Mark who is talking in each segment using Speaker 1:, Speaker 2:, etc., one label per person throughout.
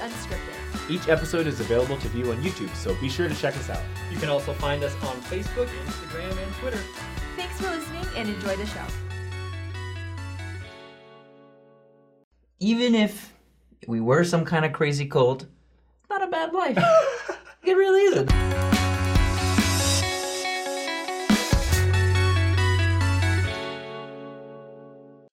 Speaker 1: Unscripted.
Speaker 2: Each episode is available to view on YouTube, so be sure to check us out.
Speaker 3: You can also find us on Facebook, Instagram, and Twitter.
Speaker 1: Thanks for listening and enjoy the show.
Speaker 4: even if we were some kind of crazy cult, it's not a bad life. it really isn't.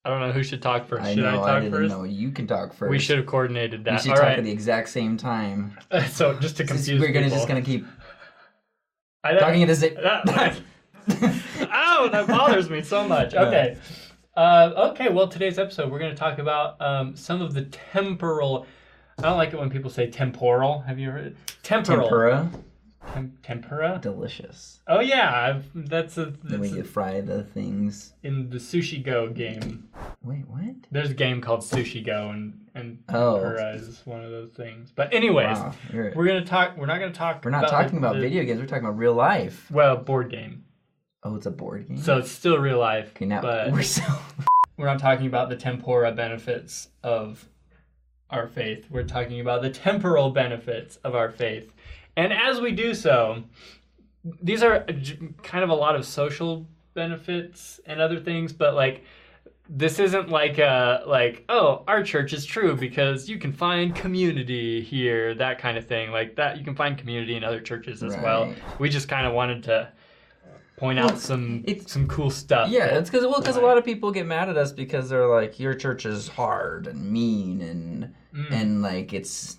Speaker 3: I don't know who should talk first.
Speaker 4: I
Speaker 3: should I
Speaker 4: know.
Speaker 3: talk
Speaker 4: I, didn't
Speaker 3: first?
Speaker 4: know. You can talk first.
Speaker 3: We should have coordinated
Speaker 4: We
Speaker 3: that.
Speaker 4: should
Speaker 3: All
Speaker 4: talk
Speaker 3: right.
Speaker 4: at the exact same time.
Speaker 3: so just to
Speaker 4: This is-
Speaker 3: confuse
Speaker 4: we're gonna
Speaker 3: people.
Speaker 4: just gonna keep
Speaker 3: I,
Speaker 4: talking at the same.
Speaker 3: that, Ow, that bothers me so much. Okay. Uh, okay, well, today's episode, we're going to talk about um, some of the temporal. I don't like it when people say temporal. Have you heard? Temporal.
Speaker 4: Tempura,
Speaker 3: Tem- tempura?
Speaker 4: delicious.
Speaker 3: Oh, yeah. I've, that's a,
Speaker 4: Then we
Speaker 3: that's
Speaker 4: could
Speaker 3: a,
Speaker 4: fry the things.
Speaker 3: in the Sushi Go game.
Speaker 4: Wait, what?
Speaker 3: There's a game called Sushi Go, and, and
Speaker 4: Oh.
Speaker 3: tempura is one of those things. But, anyways,
Speaker 4: Wow, you're-
Speaker 3: we're going to talk. We're not going to talk.
Speaker 4: we're not
Speaker 3: the-
Speaker 4: talking about
Speaker 3: the-
Speaker 4: video games. We're talking about real life.
Speaker 3: Well, board game.
Speaker 4: Oh, it's a board game.
Speaker 3: So it's still real life.
Speaker 4: okay, now
Speaker 3: but
Speaker 4: we're so.
Speaker 3: we're not talking about the tempora benefits of our faith. We're talking about the temporal benefits of our faith. And as we do so, these are j- kind of a lot of social benefits and other things, but like this isn't like a like oh our church is true because you can find community here that kind of thing like that you can find community in other churches as well.
Speaker 4: Right.
Speaker 3: We just kind of wanted to point out some
Speaker 4: it's-
Speaker 3: some cool stuff.
Speaker 4: Yeah,
Speaker 3: that-
Speaker 4: it's because well, because a lot of people get mad at us because they're like, your church is hard and mean and and like it's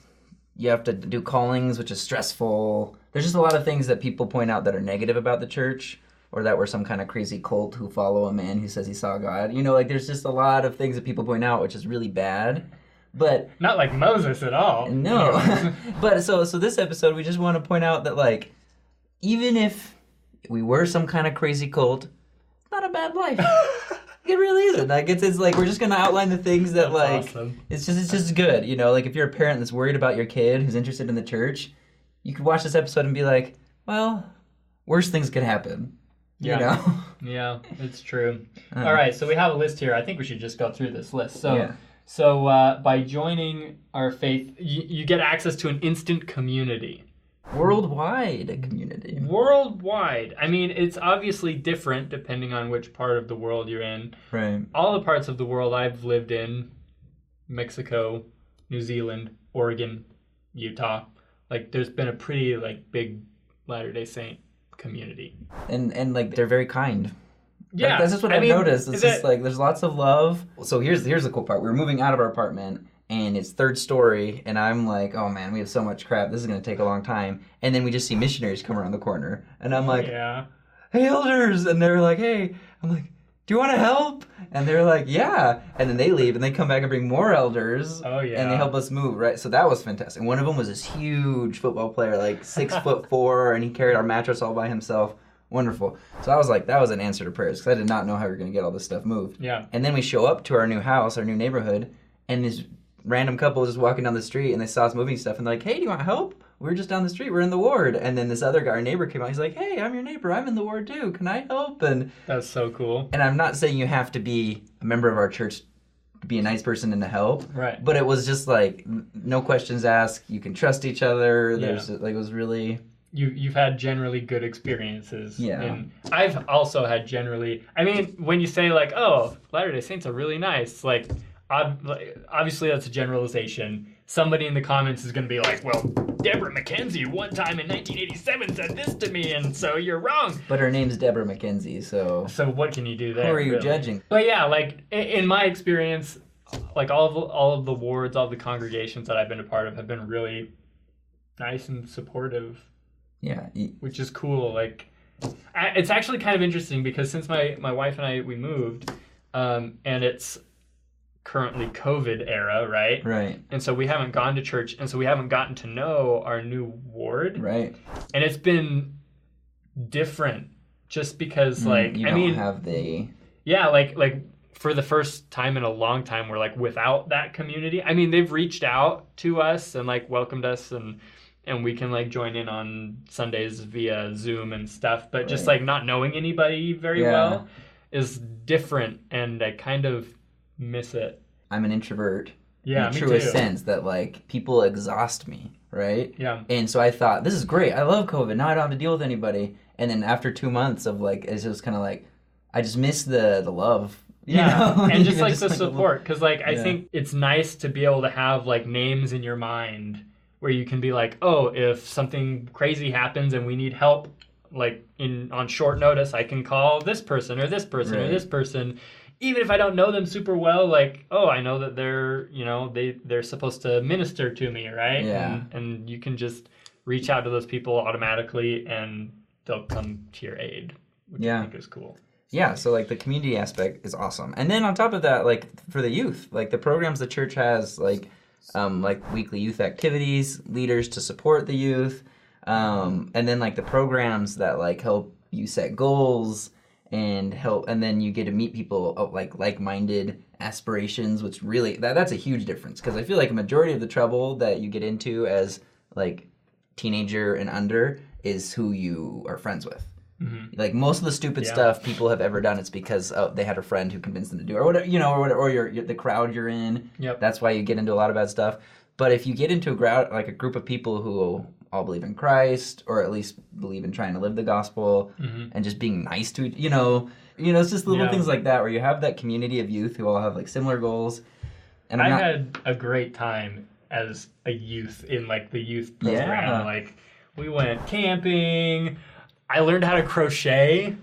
Speaker 4: you have to do callings, which is stressful. There's just a lot of things that people point out that are negative about the church, or that we're some kind of crazy cult who follow a man who says he saw God. You know, like there's just a lot of things that people point out, which is really bad. But
Speaker 3: Not like Moses at all.
Speaker 4: no, but so so this episode, we just want to point out that like, even if we were some kind of crazy cult, it's not a bad life. it really isn't. Like it's it's like we're just gonna outline the things that like
Speaker 3: awesome.
Speaker 4: it's just it's just good. You know, like if you're a parent that's worried about your kid who's interested in the church, you could watch this episode and be like, well, worse things could happen.
Speaker 3: Yeah.
Speaker 4: You know.
Speaker 3: Yeah, it's true. All right, so we have a list here. I think we should just go through this list. So,
Speaker 4: Uh-huh. Yeah.
Speaker 3: so uh, by joining our faith, you, you get access to an instant community
Speaker 4: Uh, Worldwide a community.
Speaker 3: worldwide. I mean, it's obviously different depending on which part of the world you're in.
Speaker 4: Right.
Speaker 3: All the parts of the world I've lived in, Mexico, New Zealand, Oregon, Utah, like there's been a pretty like big Latter-day Saint community.
Speaker 4: And and like they're very kind. Like,
Speaker 3: Yeah,
Speaker 4: that's just what
Speaker 3: I
Speaker 4: I've
Speaker 3: mean,
Speaker 4: noticed. It's
Speaker 3: is
Speaker 4: just
Speaker 3: it-
Speaker 4: like there's lots of love. So here's here's the cool part. We're moving out of our apartment and it's third story and I'm like, oh man, we have so much crap. This is gonna take a long time. And then we just see missionaries come around the corner and I'm like,
Speaker 3: yeah.
Speaker 4: hey elders, and they're like, hey. I'm like, do you want to help? And they're like, yeah. And then they leave and they come back and bring more elders.
Speaker 3: Oh,
Speaker 4: And
Speaker 3: yeah.
Speaker 4: they help us move, right? So that was fantastic. One of them was this huge football player, like six foot four, and he carried our mattress all by himself. Wonderful. So I was like, that was an answer to prayers because I did not know how we were going to get all this stuff moved.
Speaker 3: Yeah.
Speaker 4: And then we show up to our new house, our new neighborhood, and this random couple was just walking down the street and they saw us moving stuff and they're like, hey, do you want help? We We're just down the street. We're in the ward. And then this other guy, our neighbor, came out. He's like, hey, I'm your neighbor. I'm in the ward too. Can I help? And
Speaker 3: That's so cool.
Speaker 4: and I'm not saying you have to be a member of our church to be a nice person and to help.
Speaker 3: Right.
Speaker 4: But it was just like n- no questions asked. You can trust each other. There's like it was really
Speaker 3: you you've had generally good experiences.
Speaker 4: Yeah.
Speaker 3: And I've also had generally. I mean, when you say like, "Oh, Latter Day Saints are really nice," like, ob- like, obviously that's a generalization. Somebody in the comments is going to be like, "Well, Deborah McKenzie one time in 1987 said this to me, and so you're wrong."
Speaker 4: but her name's Deborah McKenzie, so
Speaker 3: So what can you do there?
Speaker 4: who are you
Speaker 3: really?
Speaker 4: judging?
Speaker 3: But yeah, like i- in my experience, like all of the, all of the wards, all the congregations that I've been a part of have been really nice and supportive
Speaker 4: Yeah. y-
Speaker 3: which is cool. Like, I, it's actually kind of interesting because since my my wife and I we moved, um, and it's currently COVID era, right?
Speaker 4: Right.
Speaker 3: And so we haven't gone to church, and so we haven't gotten to know our new ward,
Speaker 4: Right.
Speaker 3: and it's been different just because, like,
Speaker 4: Mm, you
Speaker 3: I
Speaker 4: don't
Speaker 3: mean,
Speaker 4: have the
Speaker 3: yeah, like like for the first time in a long time, we're like without that community. I mean, they've reached out to us and like welcomed us and and we can like join in on Sundays via Zoom and stuff, but just
Speaker 4: Right.
Speaker 3: like not knowing anybody very
Speaker 4: Yeah.
Speaker 3: well is different and I kind of miss it.
Speaker 4: I'm an introvert
Speaker 3: Yeah,
Speaker 4: in
Speaker 3: me
Speaker 4: the truest
Speaker 3: too.
Speaker 4: sense that like people exhaust me, right?
Speaker 3: Yeah.
Speaker 4: And so I thought, this is great. I love COVID. Now I don't have to deal with anybody. And then after two months of like, it's just kind of like, I just miss the the love. you
Speaker 3: Yeah,
Speaker 4: know?
Speaker 3: and just
Speaker 4: Even
Speaker 3: like the
Speaker 4: little-
Speaker 3: support, because like I
Speaker 4: Yeah.
Speaker 3: think it's nice to be able to have like names in your mind where you can be like, oh, if something crazy happens and we need help, like in on short notice, I can call this person or this person or
Speaker 4: Right.
Speaker 3: this person, even if I don't know them super well. Like, oh, I know that they're you know they they're supposed to minister to me, right?
Speaker 4: Yeah.
Speaker 3: and, and you can just reach out to those people automatically, and they'll come to your aid, which I
Speaker 4: Yeah.
Speaker 3: think is cool.
Speaker 4: Yeah, so like the community aspect is awesome, and then on top of that, like for the youth, like the programs the church has, like um, like weekly youth activities, leaders to support the youth, um, and then like the programs that like help you set goals and help, and then you get to meet people of like like-minded aspirations, which really that that's a huge difference because I feel like a majority of the trouble that you get into as like teenager and under is who you are friends with like most of the stupid
Speaker 3: Yeah.
Speaker 4: stuff people have ever done it's because oh, they had a friend who convinced them to do it or whatever you know or whatever or your, your the crowd you're in
Speaker 3: Yep.
Speaker 4: that's why you get into a lot of bad stuff but if you get into a crowd like a group of people who all believe in christ or at least believe in trying to live the gospel and just being nice to each- you know you know it's just little
Speaker 3: Mm-hmm. Yeah.
Speaker 4: things like that where you have that community of youth who all have like similar goals and i'm
Speaker 3: I
Speaker 4: not
Speaker 3: had a great time as a youth in like the youth program.
Speaker 4: Yeah.
Speaker 3: Like we went camping. I learned how to crochet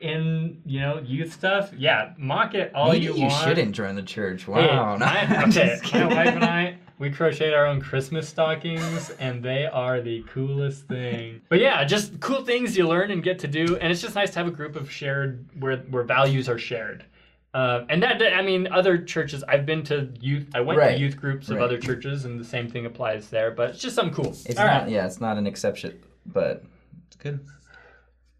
Speaker 3: in you know youth stuff. Yeah, mock it all
Speaker 4: maybe
Speaker 3: you,
Speaker 4: you,
Speaker 3: want.
Speaker 4: shouldn't join the church
Speaker 3: Hey,
Speaker 4: wow no,
Speaker 3: I,
Speaker 4: I'm
Speaker 3: okay,
Speaker 4: just
Speaker 3: my
Speaker 4: kidding.
Speaker 3: wife and I we crocheted our own Christmas stockings, and they are the coolest thing. But yeah, just cool things you learn and get to do, and it's just nice to have a group of shared where where values are shared. Uh, and that I mean, other churches I've been to youth. I went to
Speaker 4: Right,
Speaker 3: youth groups of
Speaker 4: right.
Speaker 3: other churches, and the same thing applies there. But it's just something cool.
Speaker 4: it's
Speaker 3: All right.
Speaker 4: not yeah it's not an exception but it's good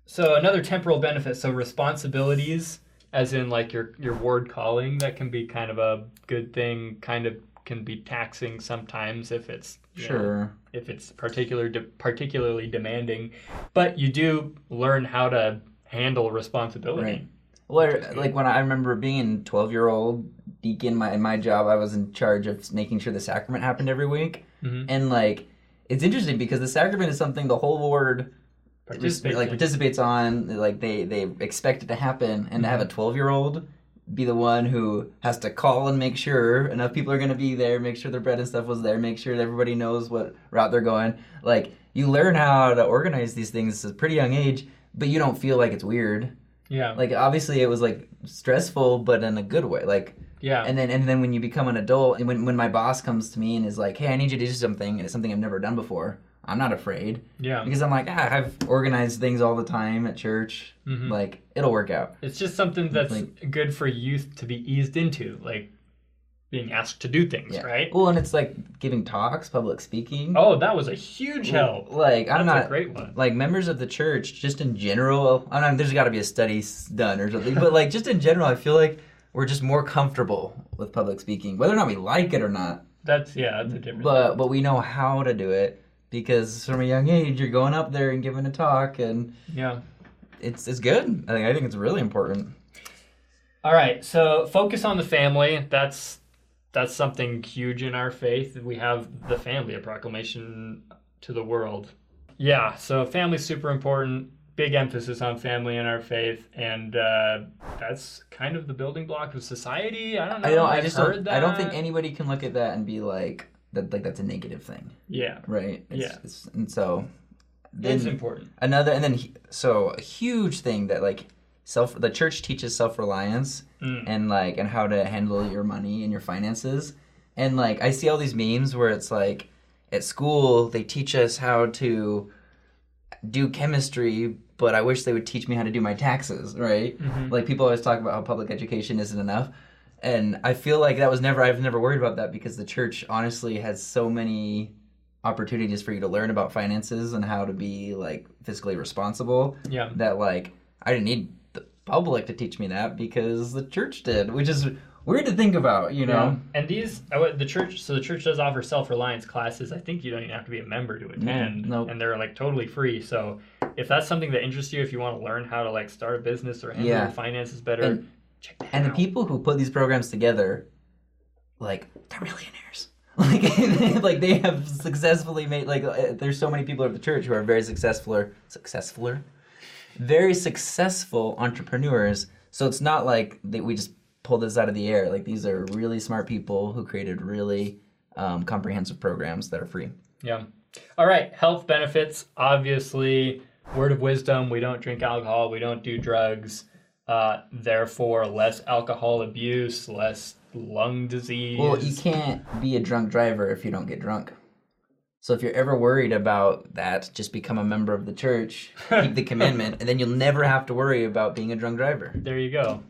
Speaker 3: So another temporal benefit. So responsibilities, as in like your your ward calling, that can be kind of a good thing. Kind of can be taxing sometimes if it's you know,
Speaker 4: sure
Speaker 3: if it's particular de- particularly demanding, but you do learn how to handle responsibility.
Speaker 4: Right. Well, I- like when I I remember being twelve-year-old deacon, my in my job, I was in charge of making sure the sacrament happened every week,
Speaker 3: Mhm.
Speaker 4: and like it's interesting because the sacrament is something the whole ward just
Speaker 3: Participate.
Speaker 4: like participates on, like they they expect it to happen, and to have a twelve-year-old be the one who has to call and make sure enough people are going to be there, make sure their bread and stuff was there, make sure that everybody knows what route they're going. Like you learn how to organize these things at a pretty young age, but you don't feel like it's weird
Speaker 3: yeah.
Speaker 4: like obviously it was like stressful but in a good way like
Speaker 3: yeah.
Speaker 4: and then and then when you become an adult and when, when my boss comes to me and is like hey i need you to do something and it's something i've never done before i'm not afraid
Speaker 3: yeah.
Speaker 4: because i'm like ah, i've organized things all the time at church
Speaker 3: Mhm.
Speaker 4: like it'll work out
Speaker 3: It's just something that's
Speaker 4: like-
Speaker 3: good for youth to be eased into, like being asked to do things,
Speaker 4: yeah
Speaker 3: right?
Speaker 4: well and it's like giving talks public speaking
Speaker 3: Oh, that was a huge help.
Speaker 4: like i'm
Speaker 3: That's
Speaker 4: not
Speaker 3: a great one.
Speaker 4: like members of the church just in general i mean there's got to be a study s- done or something but like just in general i feel like we're just more comfortable with public speaking whether or not we like it or not
Speaker 3: That's yeah, that's a different.
Speaker 4: Mm, but but we know how to do it because from a young age you're going up there and giving a talk and
Speaker 3: yeah.
Speaker 4: it's it's good. I think I think it's really important.
Speaker 3: All right, so focus on the family. That's that's something huge in our faith. We have the family, a proclamation to the world. Yeah, so family's super important. Big emphasis on family in our faith, and uh, that's kind of the building block of society. I don't know.
Speaker 4: I don't. I
Speaker 3: I've
Speaker 4: just
Speaker 3: heard
Speaker 4: don't.
Speaker 3: That.
Speaker 4: I don't think anybody can look at that and be like that. Like that's a negative thing,
Speaker 3: Yeah,
Speaker 4: right? It's,
Speaker 3: Yeah.
Speaker 4: It's, and so
Speaker 3: it's
Speaker 4: then
Speaker 3: important.
Speaker 4: another and then he- so a huge thing that like self the church teaches self reliance
Speaker 3: Mm.
Speaker 4: and like and how to handle your money and your finances and like i see all these memes where it's like at school they teach us how to do chemistry but i wish they would teach me how to do my taxes right like people always talk about how public education isn't enough and i feel like that was never i've never worried about that because the church honestly has so many opportunities for you to learn about finances and how to be like fiscally responsible
Speaker 3: Yeah,
Speaker 4: that like I didn't need the public to teach me that because the church did, which is weird to think about, you know.
Speaker 3: And these, I would- the church, so the church does offer self reliance classes. I think you don't even have to be a member to attend.
Speaker 4: nope.
Speaker 3: And they're like totally free. So if that's something that interests you, if you want to learn how to like start a business or handle
Speaker 4: Yeah.
Speaker 3: your finances better,
Speaker 4: And-
Speaker 3: check that
Speaker 4: And the
Speaker 3: out.
Speaker 4: people who put these programs together like they're millionaires. Like, like they have successfully made like uh, there's so many people at the church who are very successful or successfuler, very successful entrepreneurs. So it's not like that we just pull this out of the air. Like these are really smart people who created really um, comprehensive programs that are free.
Speaker 3: Yeah. All right. Health benefits. Obviously, word of wisdom we don't drink alcohol, we don't do drugs. Uh, therefore, less alcohol abuse, less lung disease.
Speaker 4: Well, you can't be a drunk driver if you don't get drunk. So if you're ever worried about that, just become a member of the church, keep the commandment, and then you'll never have to worry about being a drunk driver.
Speaker 3: There you go.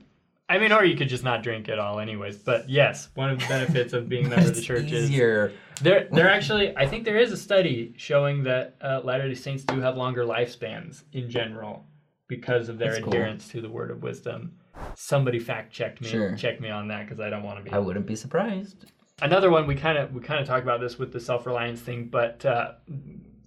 Speaker 3: I mean, or you could just not drink at all, anyways. But yes, one of the benefits of being a member of the
Speaker 4: It's
Speaker 3: church is
Speaker 4: easier.
Speaker 3: There, there actually, I think there is a study showing that uh, Latter-day Saints do have longer lifespans in general because of their
Speaker 4: That's cool.
Speaker 3: adherence to the Word of Wisdom. Somebody fact checked me,
Speaker 4: Sure.
Speaker 3: check me on that because I don't want to be.
Speaker 4: I wouldn't be surprised.
Speaker 3: Another one we kind of we kind of talk about this with the self-reliance thing, but uh,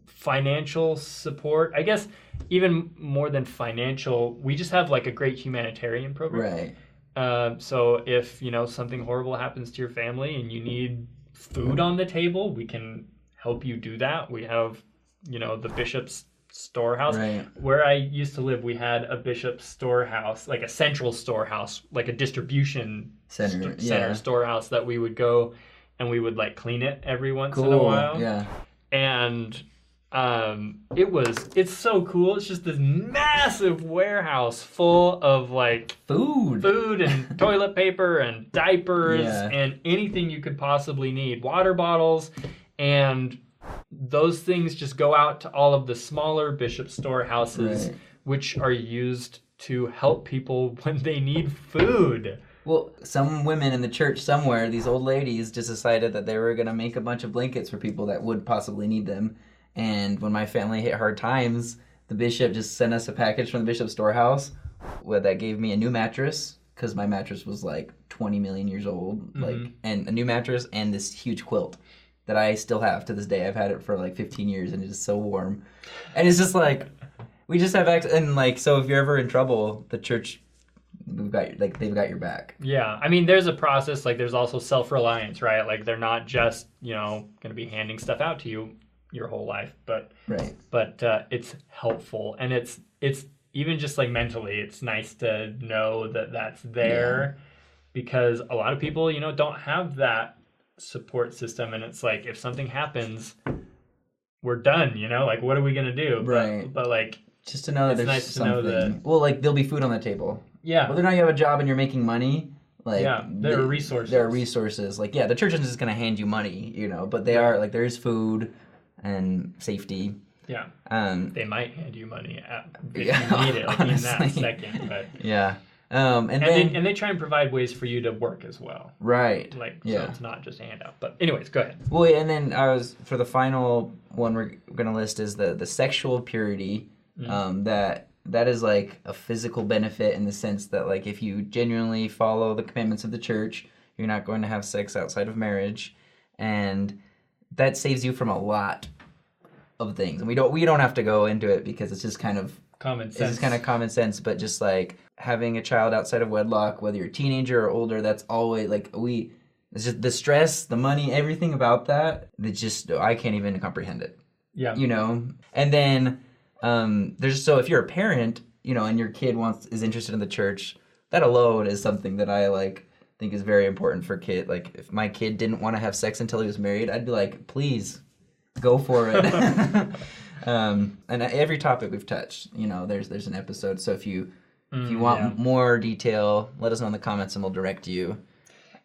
Speaker 3: financial support. I guess even more than financial, we just have like a great humanitarian program.
Speaker 4: Right.
Speaker 3: Uh, so if you know something horrible happens to your family and you need food on the table, we can help you do that. We have, you know, the bishop's storehouse.
Speaker 4: Right.
Speaker 3: Where I used to live, we had a bishop's storehouse, like a central storehouse, like a distribution
Speaker 4: Center,
Speaker 3: st-
Speaker 4: yeah.
Speaker 3: center storehouse that we would go and we would like clean it every once in a
Speaker 4: Cool.
Speaker 3: while
Speaker 4: Yeah.
Speaker 3: and um, it was it's so cool. It's just this massive warehouse full of like
Speaker 4: Food.
Speaker 3: food and toilet paper and diapers
Speaker 4: Yeah.
Speaker 3: and anything you could possibly need, water bottles, and those things just go out to all of the smaller bishop storehouses,
Speaker 4: Right.
Speaker 3: which are used to help people when they need food.
Speaker 4: Well, some women in the church somewhere, these old ladies just decided that they were going to make a bunch of blankets for people that would possibly need them. And when my family hit hard times, the bishop just sent us a package from the bishop's storehouse where that gave me a new mattress because my mattress was like 20 million years old, like and a new mattress and this huge quilt that I still have to this day. I've had it for like 15 years and it is so warm. And it's just like we just have access and like so if you're ever in trouble, the church we've got like they've got your back.
Speaker 3: Yeah, I mean, there's a process. Like, there's also self reliance, right? Like, they're not just you know going to be handing stuff out to you your whole life, but
Speaker 4: Right.
Speaker 3: but uh, it's helpful and it's it's even just like mentally, it's nice to know that that's there because a lot of people you know don't have that support system, and it's like if something happens, we're done. You know, like what are we gonna do? But-
Speaker 4: Right.
Speaker 3: But, like,
Speaker 4: Just to know that
Speaker 3: It's
Speaker 4: there's
Speaker 3: nice to know
Speaker 4: something.
Speaker 3: that-
Speaker 4: Well, like there'll be food on the table.
Speaker 3: yeah,
Speaker 4: Whether or not you have a job and you're making money, like
Speaker 3: Yeah, there are
Speaker 4: the-
Speaker 3: resources.
Speaker 4: There are resources. Like yeah, the church isn't just gonna hand you money, you know, but they are like there is food and safety.
Speaker 3: yeah,
Speaker 4: Um,
Speaker 3: they might hand you money at, if
Speaker 4: Yeah,
Speaker 3: you need it like in that
Speaker 4: honestly.
Speaker 3: second, but.
Speaker 4: yeah. Um,
Speaker 3: and
Speaker 4: and, then
Speaker 3: they, and they try and provide ways for you to work as well
Speaker 4: right.
Speaker 3: like
Speaker 4: Yeah.
Speaker 3: so it's not just a handout but anyways go ahead
Speaker 4: Well, yeah, and then I was for the final one we're gonna list is the the sexual purity. Um, that that is like a physical benefit in the sense that like if you genuinely follow the commandments of the church, you're not going to have sex outside of marriage, and that saves you from a lot of things. And we don't we don't have to go into it because it's just kind of
Speaker 3: common
Speaker 4: it's
Speaker 3: sense
Speaker 4: just kind of common sense, but just like having a child outside of wedlock, whether you're a teenager or older, that's always like we. It's just the stress, the money, everything about that. That just I can't even comprehend it.
Speaker 3: yeah
Speaker 4: You know. And then um, there's so if you're a parent, you know, and your kid wants is interested in the church, that alone is something that I like think is very important for kid. Like if my kid didn't want to have sex until he was married, I'd be like, please, go for it. um, and every topic we've touched, you know, there's there's an episode. So if you if you want more detail, let us know in the comments and we'll direct you.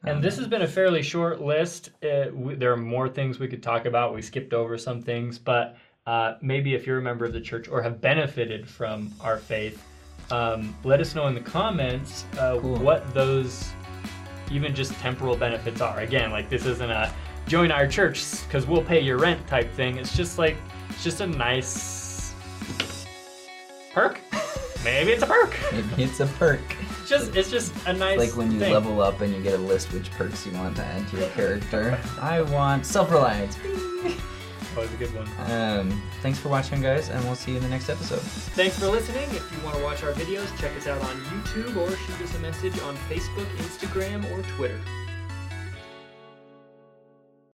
Speaker 3: and this has been a fairly short list uh, we, there are more things we could talk about we skipped over some things but uh, maybe if you're a member of the church or have benefited from our faith um, let us know in the comments uh,
Speaker 4: Cool.
Speaker 3: what those even just temporal benefits are again like this isn't a join our church because we'll pay your rent type thing it's just like it's just a nice perk maybe it's a perk
Speaker 4: Maybe it's a perk.
Speaker 3: It's just it's just a nice
Speaker 4: Like when you
Speaker 3: thing.
Speaker 4: level up and you get a list which perks you want to add to your character. I want self-reliance.
Speaker 3: that was a good one
Speaker 4: Um, thanks for watching, guys, and we'll see you in the next episode.
Speaker 3: Thanks for listening. If you want to watch our videos, check us out on YouTube or shoot us a message on Facebook, Instagram, or Twitter.